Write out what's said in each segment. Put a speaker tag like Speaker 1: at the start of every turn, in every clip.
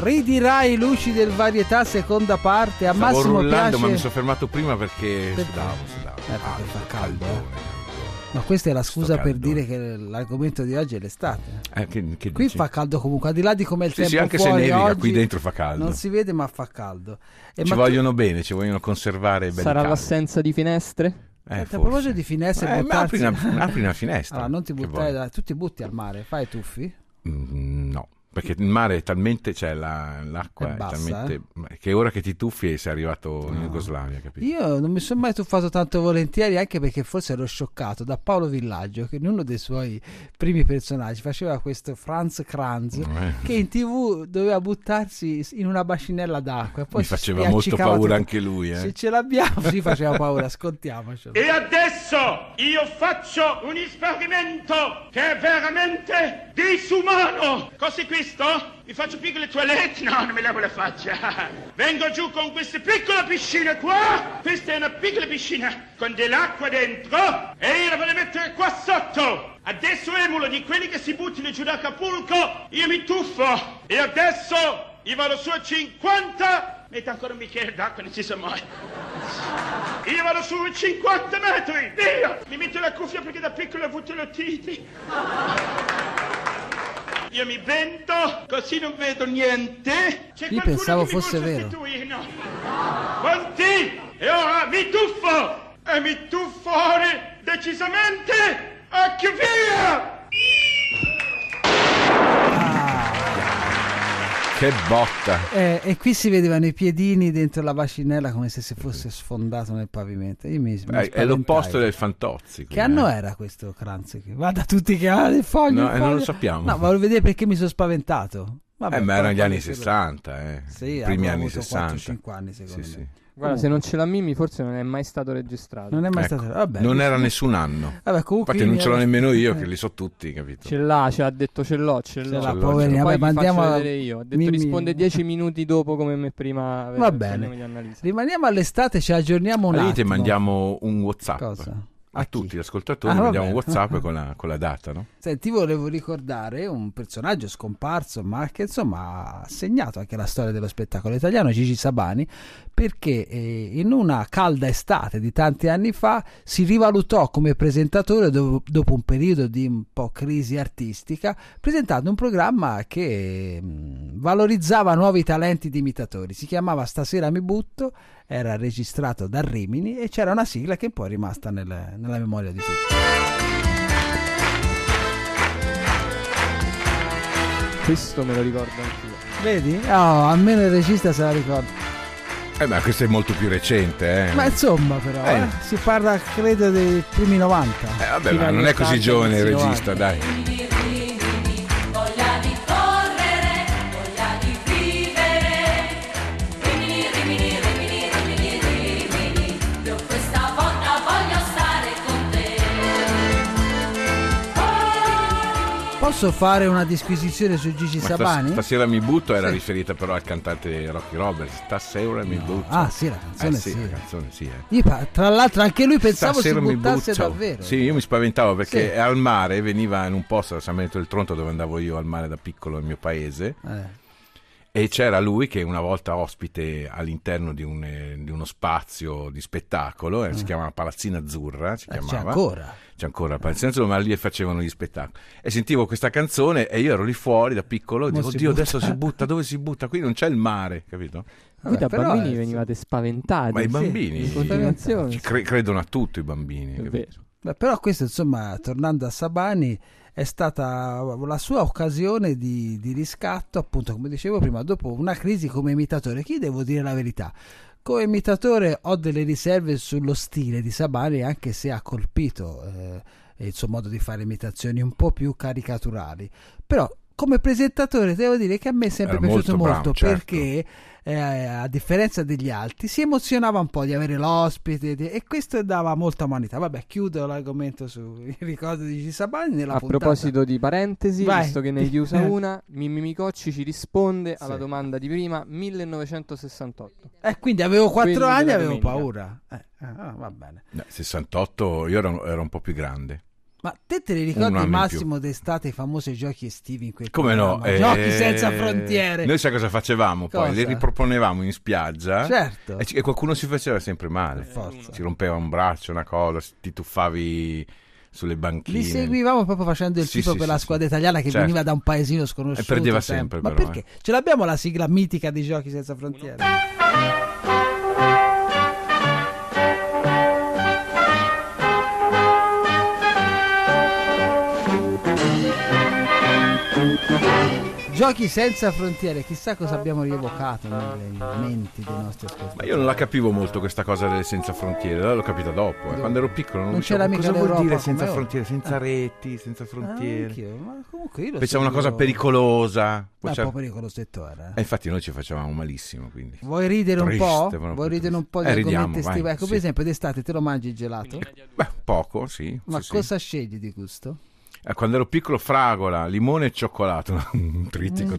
Speaker 1: Ridirai i luci del varietà seconda parte a
Speaker 2: Stavo
Speaker 1: Massimo
Speaker 2: rullando,
Speaker 1: piace.
Speaker 2: ma mi sono fermato prima perché
Speaker 1: Perché?
Speaker 2: sudavo, sudavo. Ah,
Speaker 1: Eh, perché fa caldo,
Speaker 2: caldone.
Speaker 1: Ma questa è la scusa per
Speaker 2: caldo.
Speaker 1: dire che l'argomento di oggi è l'estate.
Speaker 2: Eh, che, che
Speaker 1: Qui
Speaker 2: dici?
Speaker 1: fa caldo comunque, al di là di come il
Speaker 2: Sì,
Speaker 1: tempo
Speaker 2: sì, anche se
Speaker 1: fuori
Speaker 2: nevica,
Speaker 1: oggi,
Speaker 2: qui dentro fa caldo.
Speaker 1: Non si vede, ma fa caldo. E
Speaker 2: Ci
Speaker 1: ma-
Speaker 2: vogliono bene, ci vogliono conservare belli
Speaker 3: Sarà
Speaker 2: caldi.
Speaker 3: l'assenza di finestre?
Speaker 2: Eh,
Speaker 1: Senti, a
Speaker 2: forse.
Speaker 1: proposito di finestre,
Speaker 2: Eh, ma
Speaker 1: buttarsi-
Speaker 2: apri una, apri una finestra.
Speaker 1: Allora, non ti
Speaker 2: Che
Speaker 1: buttare,
Speaker 2: vuoi?
Speaker 1: da- tu ti butti al mare, fai i tuffi.
Speaker 2: Mm, no, perché il mare è talmente. cioè la- l'acqua
Speaker 1: È
Speaker 2: è,
Speaker 1: bassa, eh?
Speaker 2: talmente. Che ora che ti tuffi sei arrivato in
Speaker 1: No.
Speaker 2: Jugoslavia, capito?
Speaker 1: Io non mi sono mai tuffato tanto volentieri, anche perché forse ero scioccato da Paolo Villaggio, che in uno dei suoi primi personaggi faceva questo Franz Kranz,
Speaker 2: Eh.
Speaker 1: che in tv doveva buttarsi in una bacinella d'acqua. e Poi
Speaker 2: Mi
Speaker 1: si
Speaker 2: faceva molto
Speaker 1: spiaccicava
Speaker 2: paura
Speaker 1: tutto.
Speaker 2: anche lui, eh.
Speaker 1: Se ce l'abbiamo, si faceva paura, ascoltiamocelo.
Speaker 4: E adesso io faccio un esperimento che è veramente disumano. Cos'è questo? Mi faccio piccole toilette? No, non mi lavo la faccia. Vengo giù con questa piccola piscina qua. Questa è una piccola piscina con dell'acqua dentro e io la voglio mettere qua sotto. Adesso emulo di quelli che si buttano giù da Acapulco. Io mi tuffo e adesso io vado su a 50. Metto ancora un bicchiere d'acqua, non si sa mai. Io vado su 50 metri, via! Mi metto la cuffia perché da piccolo ho avuto l'otite. Io mi vento, così non vedo niente. C'è
Speaker 1: Io
Speaker 4: qualcuno
Speaker 1: pensavo
Speaker 4: che mi
Speaker 1: fosse
Speaker 4: può
Speaker 1: vero.
Speaker 4: sostituire, no? Pronti? E ora mi tuffo! E mi tuffo ora decisamente! E che via!
Speaker 2: Che botta!
Speaker 1: Eh, e qui si vedevano i piedini dentro la bacinella come se si fosse sfondato nel pavimento. Io mi, mi
Speaker 2: Eh, è
Speaker 1: spaventai.
Speaker 2: l'opposto del Fantozzi.
Speaker 1: Che
Speaker 2: quindi,
Speaker 1: anno
Speaker 2: eh.
Speaker 1: era questo Kranz? Che va da tutti che "Ah, ha le foglie.
Speaker 2: No,
Speaker 1: le
Speaker 2: eh, non lo
Speaker 1: foglie.
Speaker 2: sappiamo.
Speaker 1: No, volevo vedere perché mi sono spaventato. Vabbè,
Speaker 2: Eh, ma
Speaker 1: poi
Speaker 2: erano gli anni
Speaker 1: quando si-
Speaker 2: 60, eh.
Speaker 1: Sì,
Speaker 2: I primi
Speaker 1: avrò
Speaker 2: anni
Speaker 1: avuto
Speaker 2: 60.
Speaker 1: 4-5 anni, secondo
Speaker 2: Sì,
Speaker 1: me.
Speaker 2: sì.
Speaker 3: Guarda, se non ce l'ha Mimi, forse non è mai stato registrato.
Speaker 1: Non Eh, è mai
Speaker 2: Ecco,
Speaker 1: stato. Vabbè,
Speaker 2: non
Speaker 1: io-
Speaker 2: era nessun anno.
Speaker 1: Vabbè, comunque
Speaker 2: Infatti, non
Speaker 1: mi
Speaker 2: ce l'ho
Speaker 1: ero-
Speaker 2: nemmeno io, che
Speaker 1: Eh,
Speaker 2: li so tutti, capito?
Speaker 3: Ce l'ha, ce l'ha detto ce l'ho, ce
Speaker 1: ce
Speaker 3: l'ho.
Speaker 1: l'ha,
Speaker 2: l'ho,
Speaker 1: poverina. Vabbè,
Speaker 3: Poi vi
Speaker 1: ma
Speaker 3: faccio
Speaker 1: andiamo a-
Speaker 3: vedere io. Ho detto
Speaker 1: Mimmi-
Speaker 3: risponde 10 minuti dopo come me prima.
Speaker 1: Va bene.
Speaker 3: Gli analisti.
Speaker 1: Rimaniamo all'estate, ci aggiorniamo un
Speaker 2: Allora,
Speaker 1: attimo.
Speaker 2: te mandiamo un WhatsApp.
Speaker 1: Cosa?
Speaker 2: A,
Speaker 1: chi?
Speaker 2: tutti gli ascoltatori
Speaker 1: Ah, va
Speaker 2: mandiamo un
Speaker 1: bene.
Speaker 2: WhatsApp con la, con la data, no?
Speaker 1: Senti, volevo ricordare un personaggio scomparso, ma che insomma ha segnato anche la storia dello spettacolo italiano, Gigi Sabani, perché eh, in una calda estate di tanti anni fa si rivalutò come presentatore do- dopo un periodo di un po' crisi artistica, presentando un programma che mm, valorizzava nuovi talenti di imitatori. Si chiamava Stasera mi butto, era registrato da Rimini e c'era una sigla che poi è rimasta nel- nella memoria di tutti.
Speaker 3: Questo me lo ricordo anch'io.
Speaker 1: Vedi? Oh, almeno il regista se la ricorda.
Speaker 2: Eh, ma questo è molto più recente, eh.
Speaker 1: Ma insomma, però,
Speaker 2: Eh.
Speaker 1: eh, si parla credo dei primi 90.
Speaker 2: Eh, vabbè,
Speaker 3: fino
Speaker 2: ma
Speaker 3: agli
Speaker 2: non è così
Speaker 3: 80,
Speaker 2: giovane il
Speaker 3: inizio
Speaker 2: regista, dai.
Speaker 5: Voglia di correre, voglia di vivere. Rimini, rimini, rimini, rimini, rimini. Io questa volta voglio stare con te. Oh,
Speaker 1: Posso fare una disquisizione su Gigi
Speaker 2: Ma
Speaker 1: Sabani?
Speaker 2: stas- stasera mi butto era
Speaker 1: Sì.
Speaker 2: riferita però al cantante Rocky Roberts. Stasera mi butto.
Speaker 1: Ah, sì, la
Speaker 2: Eh
Speaker 1: canzone
Speaker 2: sì,
Speaker 1: sì.
Speaker 2: la canzone sì, eh.
Speaker 1: Io pa- tra l'altro anche lui pensavo si
Speaker 2: Stasera mi
Speaker 1: buttasse
Speaker 2: butto.
Speaker 1: davvero.
Speaker 2: Sì, io mi spaventavo perché
Speaker 1: Sì.
Speaker 2: al mare veniva in un posto a San Benedetto del Tronto dove andavo io al mare da piccolo nel mio paese
Speaker 1: Eh,
Speaker 2: e c'era lui che una volta ospite all'interno di, un, eh, di uno spazio di spettacolo, eh, si chiamava Palazzina Azzurra, si
Speaker 1: Ah. eh,
Speaker 2: chiamava
Speaker 1: c'è ancora.
Speaker 2: c'è ancora il Palazzo Nero, ma lì facevano gli spettacoli. E sentivo questa canzone e io ero lì fuori da piccolo e
Speaker 1: Mo
Speaker 2: dico,
Speaker 1: si
Speaker 2: oddio,
Speaker 1: butta."
Speaker 2: adesso si butta, dove si butta? Qui non c'è il mare, capito?
Speaker 3: Voi da
Speaker 1: però,
Speaker 3: bambini
Speaker 1: eh,
Speaker 3: venivate spaventati.
Speaker 2: Ma i
Speaker 3: sì,
Speaker 2: bambini-
Speaker 3: In continuazione.
Speaker 2: Ci cre- credono a tutto i bambini.
Speaker 3: È
Speaker 2: capito?
Speaker 3: vero.
Speaker 1: Beh, però questo, insomma, tornando a Sabani, è stata la sua occasione di, di riscatto, appunto, come dicevo prima, dopo una crisi come imitatore. Chi devo dire la verità? Come imitatore ho delle riserve sullo stile di Sabani, anche se ha colpito eh, il suo modo di fare imitazioni un po' più caricaturali. Però come presentatore devo dire che a me è sempre
Speaker 2: Era
Speaker 1: piaciuto
Speaker 2: molto
Speaker 1: molto,
Speaker 2: bravo, certo.
Speaker 1: perché eh, a differenza degli altri si emozionava un po' di avere l'ospite di- e questo dava molta umanità. Vabbè, chiudo l'argomento sui ricordi di Gigi Sabani nella
Speaker 3: A
Speaker 1: puntata.
Speaker 3: proposito di parentesi,
Speaker 1: Vai.
Speaker 3: visto che ne hai chiusa una, Mimmi Micocci ci risponde alla
Speaker 1: Sì.
Speaker 3: domanda di prima 1968.
Speaker 1: Eh, quindi avevo 4
Speaker 3: Quindi della
Speaker 1: anni e avevo
Speaker 3: domenica.
Speaker 1: paura. Eh, ah, va bene.
Speaker 2: No, 68 io ero, ero un po' più grande.
Speaker 1: Ma te te li
Speaker 2: anno in
Speaker 1: ricordi
Speaker 2: più.
Speaker 1: Massimo d'estate i famosi giochi estivi in quel
Speaker 2: Come no?
Speaker 1: programma?
Speaker 2: eh,
Speaker 1: Giochi senza frontiere.
Speaker 2: Noi eh? sai cosa facevamo poi?
Speaker 1: Cosa?
Speaker 2: Le riproponevamo in spiaggia
Speaker 1: Certo.
Speaker 2: e, ci- e qualcuno si faceva sempre male.
Speaker 1: Per forza.
Speaker 2: Si rompeva un braccio, una cosa, si- ti tuffavi sulle banchine.
Speaker 1: Li seguivamo proprio facendo il
Speaker 2: Sì,
Speaker 1: tifo
Speaker 2: sì,
Speaker 1: per
Speaker 2: sì,
Speaker 1: la
Speaker 2: sì.
Speaker 1: squadra italiana che
Speaker 2: Certo.
Speaker 1: veniva da un paesino sconosciuto.
Speaker 2: E perdeva sempre,
Speaker 1: Ma
Speaker 2: però, eh.
Speaker 1: perché? Ce l'abbiamo la sigla mitica di Giochi senza frontiere? Giochi senza frontiere, chissà cosa abbiamo rievocato nelle menti dei nostri
Speaker 2: Ma
Speaker 1: ascoltatori.
Speaker 2: io non la capivo molto questa cosa delle senza frontiere, l'ho capita dopo. eh. Quando ero piccolo non,
Speaker 1: Non
Speaker 2: dicevo,
Speaker 1: c'era mica
Speaker 2: cosa vuol
Speaker 1: l'Europa
Speaker 2: dire
Speaker 1: come
Speaker 2: senza
Speaker 1: ora?"
Speaker 2: frontiere, senza reti, senza frontiere.
Speaker 1: Anch'io, ma comunque io lo
Speaker 2: Pensavo una cosa
Speaker 1: seguivo-
Speaker 2: pericolosa. Poi
Speaker 1: Ma è
Speaker 2: c'era-
Speaker 1: un po' pericoloso e ora. eh.
Speaker 2: E infatti noi ci facevamo malissimo, quindi.
Speaker 1: Vuoi ridere
Speaker 2: Eh, Triste,
Speaker 1: un po'?
Speaker 2: proprio
Speaker 1: Vuoi ridere un po' di
Speaker 2: triste. Eh,
Speaker 1: argomenti
Speaker 2: ridiamo, vai,
Speaker 1: estivi? Ecco,
Speaker 2: sì.
Speaker 1: per esempio, d'estate te lo mangi il gelato?
Speaker 2: Beh, poco, sì.
Speaker 1: Ma
Speaker 2: sì, sì.
Speaker 1: cosa scegli di gusto?
Speaker 2: Eh, Quando ero piccolo, fragola, limone e cioccolato. un trittico
Speaker 1: Un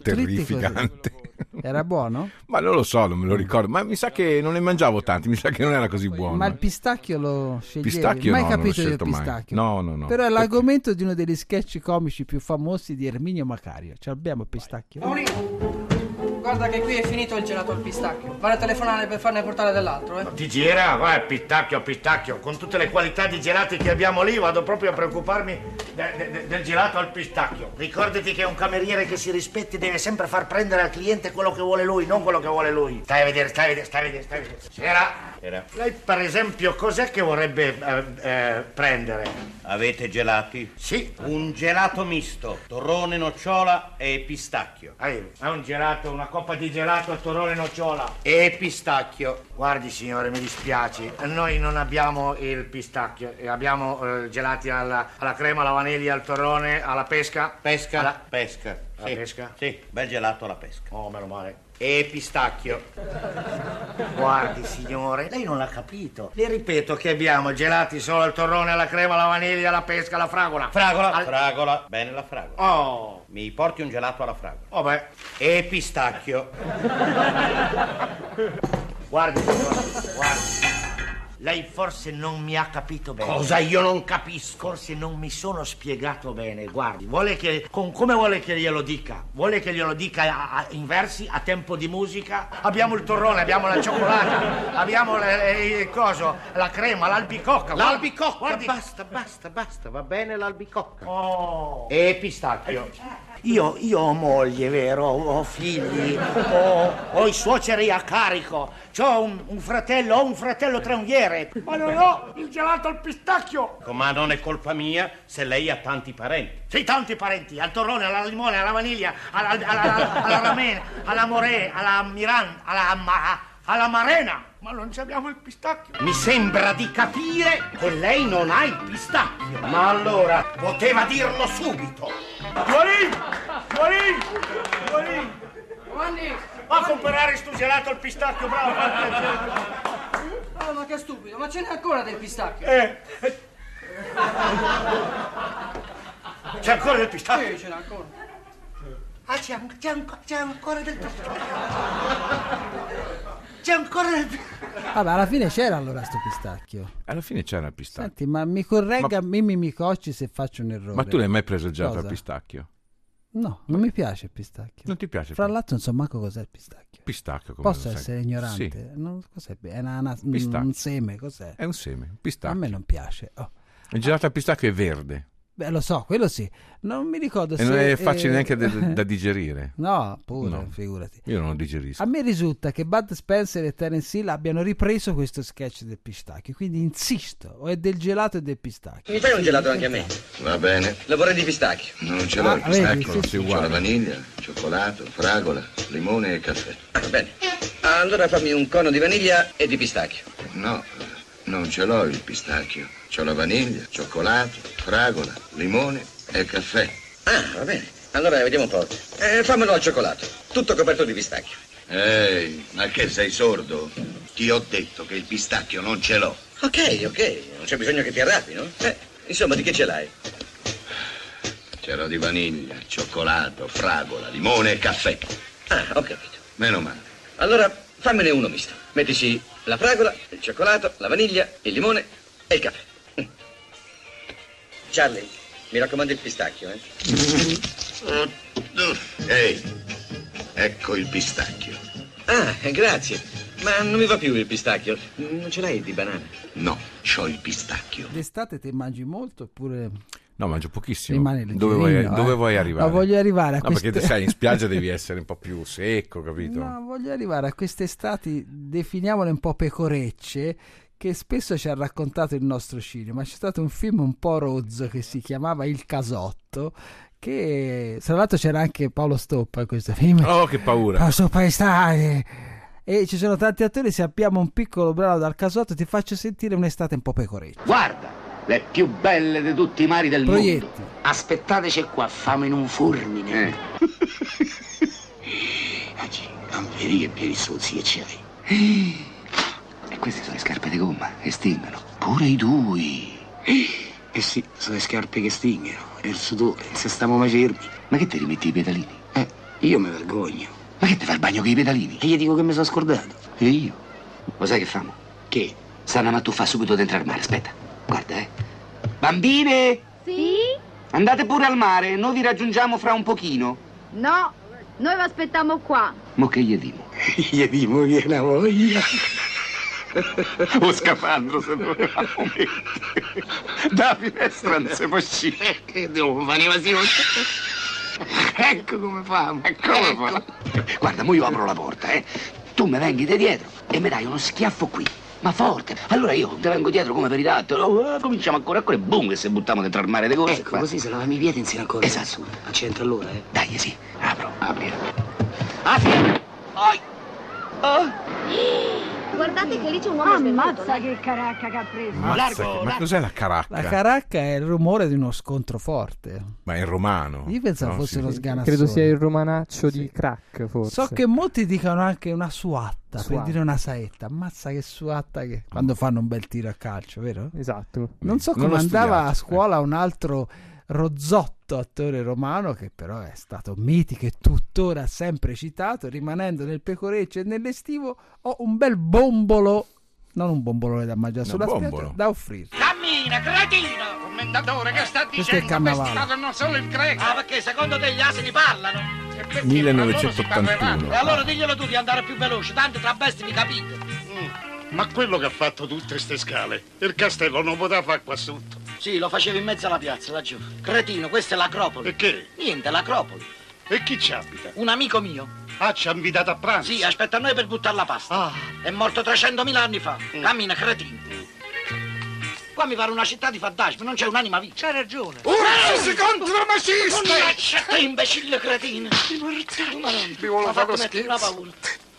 Speaker 1: trittico, sì.
Speaker 2: terrificante.
Speaker 1: Era buono?
Speaker 2: Ma non lo so, non me lo ricordo. Ma mi sa che non ne mangiavo tanti, mi sa che non era così buono.
Speaker 1: Ma il pistacchio lo sceglievi?
Speaker 2: Pistacchio
Speaker 1: mai
Speaker 2: no, non l'ho
Speaker 1: capito del
Speaker 2: scelto mai.
Speaker 1: pistacchio?
Speaker 2: No, no, no.
Speaker 1: Però è l'argomento di uno degli sketch comici più famosi di Erminio Macario. Ci abbiamo il pistacchio?
Speaker 6: Paolino, guarda che qui è finito il gelato al pistacchio. Vado a telefonare per farne portare dell'altro, eh.
Speaker 7: Ti gira? Vai, pistacchio, pistacchio. Con tutte le qualità di gelati che abbiamo lì, vado proprio a preoccuparmi de- de- de- del gelato al pistacchio. Ricordati che un cameriere che si rispetti deve sempre far prendere al cliente quello che vuole lui, non quello che vuole lui. Stai a vedere, stai a vedere, stai a vedere, stai a vedere. Sera. Lei, per esempio, cos'è che vorrebbe eh, eh, prendere?
Speaker 8: Avete gelati?
Speaker 7: Sì.
Speaker 8: Un gelato misto, torrone, nocciola e pistacchio.
Speaker 7: Arrivo. È un gelato, una coppa di gelato al torrone nocciola.
Speaker 8: E pistacchio.
Speaker 7: Guardi signore, mi dispiaci, noi non abbiamo il pistacchio, eh, abbiamo eh, gelati alla, alla crema, alla vaniglia, al torrone, alla pesca.
Speaker 8: Pesca?
Speaker 7: Alla-
Speaker 8: Pesca.
Speaker 7: Alla pesca?
Speaker 8: Sì, bel gelato alla pesca.
Speaker 7: Oh, meno male.
Speaker 8: E pistacchio.
Speaker 7: Guardi signore, lei non l'ha capito. Le ripeto che abbiamo gelati solo al torrone, alla crema, alla vaniglia, alla pesca, alla fragola.
Speaker 8: Fragola,
Speaker 7: Al-
Speaker 8: fragola. Bene la fragola.
Speaker 7: Oh,
Speaker 8: Mi porti un gelato alla fragola.
Speaker 7: oh beh.
Speaker 8: E pistacchio.
Speaker 7: Guardi signore, guardi. Lei forse non mi ha capito bene.
Speaker 8: Cosa io non capisco?
Speaker 7: Forse non mi sono spiegato bene, guardi, vuole che, con, come vuole che glielo dica? Vuole che glielo dica a- a- in versi, a tempo di musica? Abbiamo il torrone, abbiamo la cioccolata, abbiamo le- le- il coso, la crema, l'albicocca. guardi-
Speaker 8: L'albicocca.
Speaker 7: guardi-
Speaker 8: Basta, basta, basta. Va bene l'albicocca.
Speaker 7: Oh.
Speaker 8: E pistacchio.
Speaker 7: Io, io ho moglie, vero? Ho figli, ho, ho i suoceri a carico, ho un, un fratello, ho un fratello tranviere, ma non ho il gelato al pistacchio!
Speaker 8: Ma non è colpa mia se lei ha tanti parenti.
Speaker 7: Sì, tanti parenti, al torrone, alla limone, alla vaniglia, alla, alla, alla, alla ramen, alla more, alla miran, alla, ma- alla marena. Ma non ci abbiamo il pistacchio.
Speaker 8: Mi sembra di capire che lei non ha il pistacchio. Ma allora poteva dirlo subito.
Speaker 7: Guarì! Guarì! Guarì!
Speaker 6: Giovanni!
Speaker 7: Va a comprare sto gelato al pistacchio, bravo! guarda.
Speaker 6: Ah, ma che stupido, ma ce n'è ancora del pistacchio?
Speaker 7: Eh, eh. C'è ancora del pistacchio?
Speaker 6: Sì, ce n'è ancora.
Speaker 7: Ah, c'è, an- c'è an- c'è ancora del pistacchio. C'è ancora del pistacchio.
Speaker 1: Vabbè, alla fine c'era allora sto pistacchio.
Speaker 2: Alla fine c'era il pistacchio.
Speaker 1: Senti, ma mi corregga Mimmi Micocci se faccio un errore.
Speaker 2: Ma tu l'hai mai preso il gelato
Speaker 1: Cosa?
Speaker 2: al pistacchio?
Speaker 1: No, non mi piace il pistacchio.
Speaker 2: Non ti piace?
Speaker 1: Fra
Speaker 2: il
Speaker 1: l'altro non so manco cos'è il pistacchio.
Speaker 2: pistacchio come
Speaker 1: Posso
Speaker 2: lo sai?
Speaker 1: essere
Speaker 2: Sì,
Speaker 1: ignorante? Non- cos'è? È una- una-
Speaker 2: Pistacchio.
Speaker 1: un seme, cos'è?
Speaker 2: è un seme, un
Speaker 1: A
Speaker 2: pistacchio.
Speaker 1: me non piace. Oh.
Speaker 2: Il gelato al pistacchio è verde
Speaker 1: Beh, lo so, quello sì. Non mi ricordo se...
Speaker 2: e non è
Speaker 1: eh,
Speaker 2: facile neanche da, da digerire.
Speaker 1: No, pure,
Speaker 2: No.
Speaker 1: figurati.
Speaker 2: Io non lo digerisco.
Speaker 1: A me risulta che Bud Spencer e Terence Hill abbiano ripreso questo sketch del pistacchio, quindi insisto, o è del gelato e del pistacchio.
Speaker 9: Mi fai un gelato anche a me?
Speaker 10: Va bene,
Speaker 9: Lo vorrei di pistacchio.
Speaker 10: non ce l'ho
Speaker 1: Ah,
Speaker 10: il
Speaker 1: vedi,
Speaker 2: Ecco,
Speaker 10: pistacchio,
Speaker 1: sì, sì.
Speaker 10: non c'ho la vaniglia, cioccolato, fragola, limone e caffè.
Speaker 9: Ah, Va bene. Allora fammi un cono di vaniglia e di pistacchio.
Speaker 10: No, non ce l'ho il pistacchio, c'ho la vaniglia, cioccolato, fragola, limone e caffè.
Speaker 9: Ah, va bene. Allora vediamo un po'. Eh, fammelo al cioccolato, tutto coperto di pistacchio.
Speaker 10: Ehi, ma che sei sordo? Ti ho detto che il pistacchio non ce l'ho.
Speaker 9: Ok, ok, non c'è bisogno che ti arrabbi, no? Eh, insomma, di che ce l'hai?
Speaker 10: C'ero di vaniglia, cioccolato, fragola, limone e caffè.
Speaker 9: Ah, ho capito.
Speaker 10: Meno male.
Speaker 9: Allora fammene uno misto. Mettici la fragola, il cioccolato, la vaniglia, il limone e il caffè. Charlie, mi raccomando il pistacchio, eh.
Speaker 10: Ehi, ecco il pistacchio.
Speaker 9: Ah, grazie. Ma non mi va più il pistacchio. Non ce l'hai di banana?
Speaker 10: No, c'ho il pistacchio.
Speaker 1: D'estate te mangi molto oppure
Speaker 2: No, mangio pochissimo.
Speaker 1: Rimane
Speaker 2: dove vuoi,
Speaker 1: leggerino,
Speaker 2: dove
Speaker 1: eh.
Speaker 2: vuoi arrivare?
Speaker 1: No, voglio arrivare a
Speaker 2: No,
Speaker 1: queste-
Speaker 2: perché sai, in spiaggia devi essere un po' più secco, capito?
Speaker 1: No, voglio arrivare a queste estati, definiamole un po' pecorecce, che spesso ci ha raccontato il nostro cinema. C'è stato un film un po' rozzo che si chiamava Il Casotto, che tra l'altro c'era anche Paolo Stoppa in questo film.
Speaker 2: Oh, che paura.
Speaker 1: Paolo Stoppa estate! E ci sono tanti attori, se abbiamo un piccolo brano dal Casotto ti faccio sentire un'estate un po' pecoreccia.
Speaker 11: Guarda, le più belle di tutti i mari del
Speaker 1: Proietti.
Speaker 11: mondo. Aspettateci qua, famo in un fulmine. Oggi, Amperi e Pierisozzi e c'eri. E queste sono le scarpe di gomma, che stingono. Pure i due. Eh sì, sono le scarpe che stingono. E il sudore, se stiamo macermi. Ma che ti rimetti i pedalini? Eh, io mi vergogno. Ma che ti fa il bagno con i pedalini? E gli dico che mi sono scordato. E io? Lo sai che famo? Che? Sana, ma tu fa subito dentro al mare, aspetta. Guarda, eh. Bambine!
Speaker 12: Sì?
Speaker 11: Andate pure al mare, noi vi raggiungiamo fra un pochino.
Speaker 12: No, noi vi aspettiamo qua.
Speaker 11: Mo che gli dimo? gli dimo che è una voglia. O scafandro se dovevamo mettere. Da finestra non si può uscire. Eh, Che devo fare Ecco come famo. Ecco come Guarda, mo io apro la porta, eh. Tu mi venghi da dietro e mi dai uno schiaffo qui. Ma forte. Allora io ti vengo dietro come per i dati. Oh, eh, cominciamo ancora, ancora e boom, che se buttiamo dentro al mare di cose. Ecco, così se lavami i piedi insieme ancora. Esatto. A centro allora, eh. Dai, sì. Apro. Apri. Apri.
Speaker 12: Guardate che lì c'è un uomo Ammazza che caracca che ha preso.
Speaker 2: Mazza, che- ma cos'è la caracca?
Speaker 1: La caracca è il rumore di uno scontro forte.
Speaker 2: ma è in romano.
Speaker 1: Io pensavo
Speaker 2: No,
Speaker 1: fosse
Speaker 2: sì.
Speaker 1: uno sganassone.
Speaker 3: Credo sia il romanaccio di crack, forse.
Speaker 1: So che molti dicono anche una suatta, per
Speaker 3: Suatta.
Speaker 1: dire una saetta. Ammazza che suatta che...
Speaker 2: Mm.
Speaker 1: Quando fanno un bel tiro a calcio, vero?
Speaker 2: Eh,
Speaker 3: Esatto.
Speaker 1: Non so
Speaker 3: Non
Speaker 1: come
Speaker 3: l'ho
Speaker 1: andava
Speaker 3: studiato,
Speaker 1: a scuola un altro rozzotto attore romano che però è stato mitico e tuttora sempre citato, rimanendo nel pecoreccio e nell'estivo, ho un bel bombolo, non un bombolone da mangiare
Speaker 2: No,
Speaker 1: sulla spiaggia,
Speaker 2: bombolo.
Speaker 1: da offrirti.
Speaker 13: Cammina, cretino! Commendatore, che sta
Speaker 1: Questo è il
Speaker 13: dicendo
Speaker 1: Cannavale.
Speaker 13: questi non solo il greco? Ah, perché secondo te gli asini parlano?
Speaker 2: 1981.
Speaker 13: E allora diglielo tu di andare più veloce, tanto tra bestie mi capite.
Speaker 14: Ma quello che ha fatto tutte ste scale, il castello non poteva fare qua sotto.
Speaker 13: Sì, lo facevi in mezzo alla piazza, laggiù. Cretino, questa è l'acropoli. E che? Niente, l'acropoli. E chi ci abita? Un amico mio. Ah, ci ha invitato a pranzo? Sì, aspetta a noi per buttare la pasta.
Speaker 14: Ah,
Speaker 13: È morto 300.000 anni fa. Cammina, cretino. Qua mi pare una città di fantasmi, non c'è un'anima viva. C'ha ragione.
Speaker 14: Ursus contro maciste!
Speaker 13: Mannaggia te, imbecille cretino! Mi
Speaker 14: vuole fare lo
Speaker 13: mettere una paura.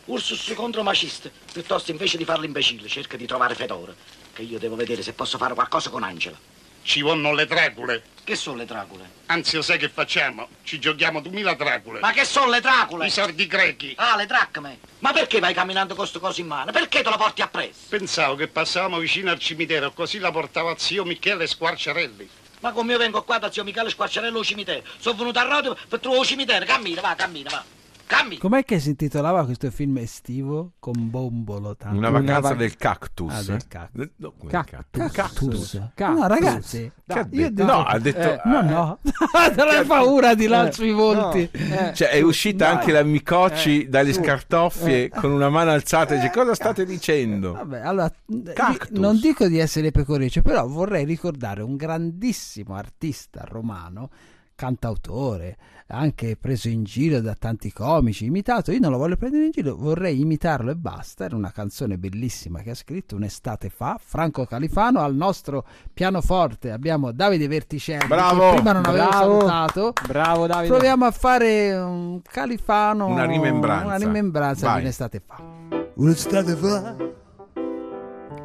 Speaker 13: Ursus contro maciste. Piuttosto, invece di farlo imbecille, cerca di trovare Fedora. Che io devo vedere se posso fare qualcosa con Angela.
Speaker 14: Ci vanno le dracule.
Speaker 13: Che sono le dracule?
Speaker 14: Anzi, lo sai che facciamo? Ci giochiamo 2000 dracule.
Speaker 13: Ma che sono le dracule?
Speaker 14: I sardi grechi.
Speaker 13: Ah, le dracme. Ma perché vai camminando con sto coso in mano? Perché te lo porti appresso?
Speaker 14: Pensavo che passavamo vicino al cimitero, così la portava zio Michele Squarciarelli.
Speaker 13: Ma come io vengo qua da zio Michele Squarciarello al cimitero? Sono venuto a Rodi per trovare il cimitero. Cammina, va, cammina, va. Cammina.
Speaker 1: Com'è che si intitolava questo film estivo con bombolo? Tanto?
Speaker 2: Una vacanza del cactus.
Speaker 1: Ah, del cactus.
Speaker 2: Eh, no, come
Speaker 1: Cactus.
Speaker 2: cactus?
Speaker 1: Cactus.
Speaker 2: Cactus.
Speaker 1: No, ragazzi,
Speaker 2: Che ha
Speaker 1: dai, io
Speaker 2: detto?
Speaker 1: dico-
Speaker 2: No, ha detto-
Speaker 1: Eh, no, no. Eh, Dalla paura di là sui volti. Eh,
Speaker 2: Cioè, è uscita anche la Micocci dalle scartoffie con una mano alzata e dice: Cosa state dicendo?
Speaker 1: Eh. Vabbè, allora, mh, io non dico di essere pecoreccio, però vorrei ricordare un grandissimo artista romano, cantautore, anche preso in giro da tanti comici, imitato. Io non lo voglio prendere in giro, vorrei imitarlo e basta. Era una canzone bellissima che ha scritto un'estate fa, Franco Califano, al nostro pianoforte abbiamo Davide Verticelli,
Speaker 2: Bravo!
Speaker 1: che prima non avevo
Speaker 2: Bravo!
Speaker 1: salutato.
Speaker 3: Bravo Davide.
Speaker 1: Proviamo a fare un Califano,
Speaker 2: Una rimembranza.
Speaker 1: una rimembranza
Speaker 2: Vai.
Speaker 1: di un'estate fa.
Speaker 4: é
Speaker 15: Un'estate fa,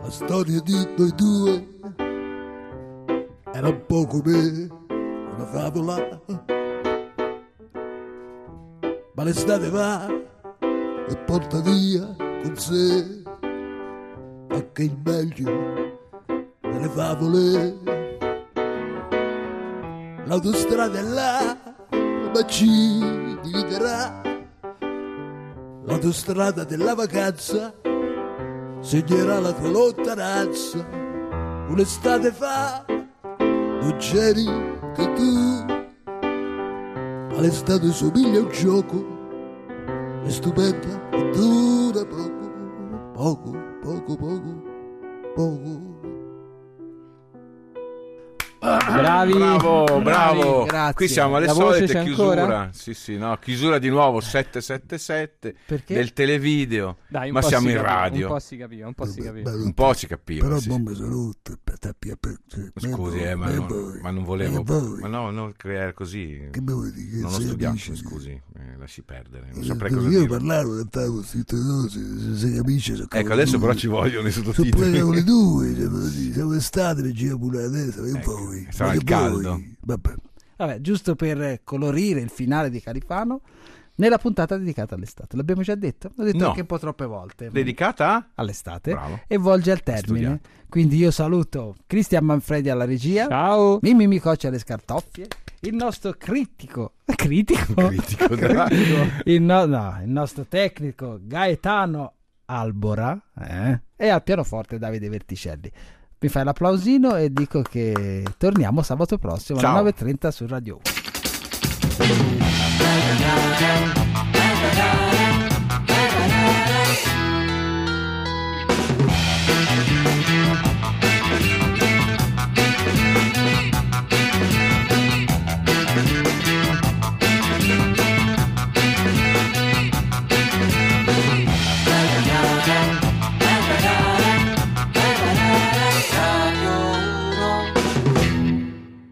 Speaker 15: la storia di noi due era
Speaker 4: um
Speaker 15: un po' come una favola. Ma
Speaker 4: é
Speaker 15: l'estate va e porta via con sé anche il meglio delle favole. L'autostrada è là, ma ci dividerà l'autostrada della vacanza segnerà la tua lontananza. Un'estate fa, non c'eri che tu all'estate somiglia a un gioco è stupenda e dura poco poco poco poco poco
Speaker 1: Bravi.
Speaker 2: bravo,
Speaker 1: Bravi,
Speaker 2: bravo.
Speaker 1: grazie.
Speaker 2: Qui siamo alle
Speaker 1: La voce c'è
Speaker 2: solite chiusura.
Speaker 1: ancora?
Speaker 2: Sì, sì, no, chiusura di nuovo 777
Speaker 3: Perché?
Speaker 2: del televideo.
Speaker 3: Dai, un
Speaker 2: ma
Speaker 3: po'
Speaker 2: siamo
Speaker 3: si
Speaker 2: in
Speaker 3: capiva,
Speaker 2: radio.
Speaker 3: Un po' si capiva, un po' si capiva.
Speaker 2: Un po' si capiva.
Speaker 15: però
Speaker 2: sì.
Speaker 15: bomba salute per te, cioè, per- per- per-
Speaker 2: Scusi,
Speaker 15: per-
Speaker 2: eh, ma,
Speaker 15: per-
Speaker 2: non, ma non volevo.
Speaker 15: per voi.
Speaker 2: Ma no, non creare così.
Speaker 15: Che vuoi dire?
Speaker 2: Non lo
Speaker 15: Se
Speaker 2: studiamo,
Speaker 15: dici-
Speaker 2: scusi, eh, lasci perdere. Non
Speaker 15: Eh,
Speaker 2: saprei
Speaker 15: perché
Speaker 2: cosa
Speaker 15: io
Speaker 2: dire.
Speaker 15: parlavo e favo tutte cose, se si capisce sono
Speaker 2: Ecco, adesso però ci vogliono i
Speaker 15: sono pure con le
Speaker 2: sottotitoli.
Speaker 15: due siamo, così, siamo estate per girare pure la testa che voi
Speaker 2: Ecco, Sarà
Speaker 15: Ma
Speaker 2: il
Speaker 15: che voi?
Speaker 2: caldo.
Speaker 15: Vabbè.
Speaker 1: Vabbè, giusto per eh, colorire il finale di Califano nella puntata dedicata all'estate. L'abbiamo già detto? L'ho detto
Speaker 2: No.
Speaker 1: anche un po' troppe volte.
Speaker 2: Dedicata a?
Speaker 1: All'estate.
Speaker 2: Bravo.
Speaker 1: e volge al termine.
Speaker 2: Studiato.
Speaker 1: Quindi io saluto Cristian Manfredi alla regia. Ciao. Mimmi Micocci alle scartoffie. Il nostro critico. Critico? critico,
Speaker 2: dai.
Speaker 1: il, no- no, il nostro tecnico Gaetano Albora. eh, E al pianoforte Davide Verticelli. Mi fai l'applausino e dico che torniamo sabato prossimo
Speaker 2: Ciao.
Speaker 1: alle 9.30 su Radio 1.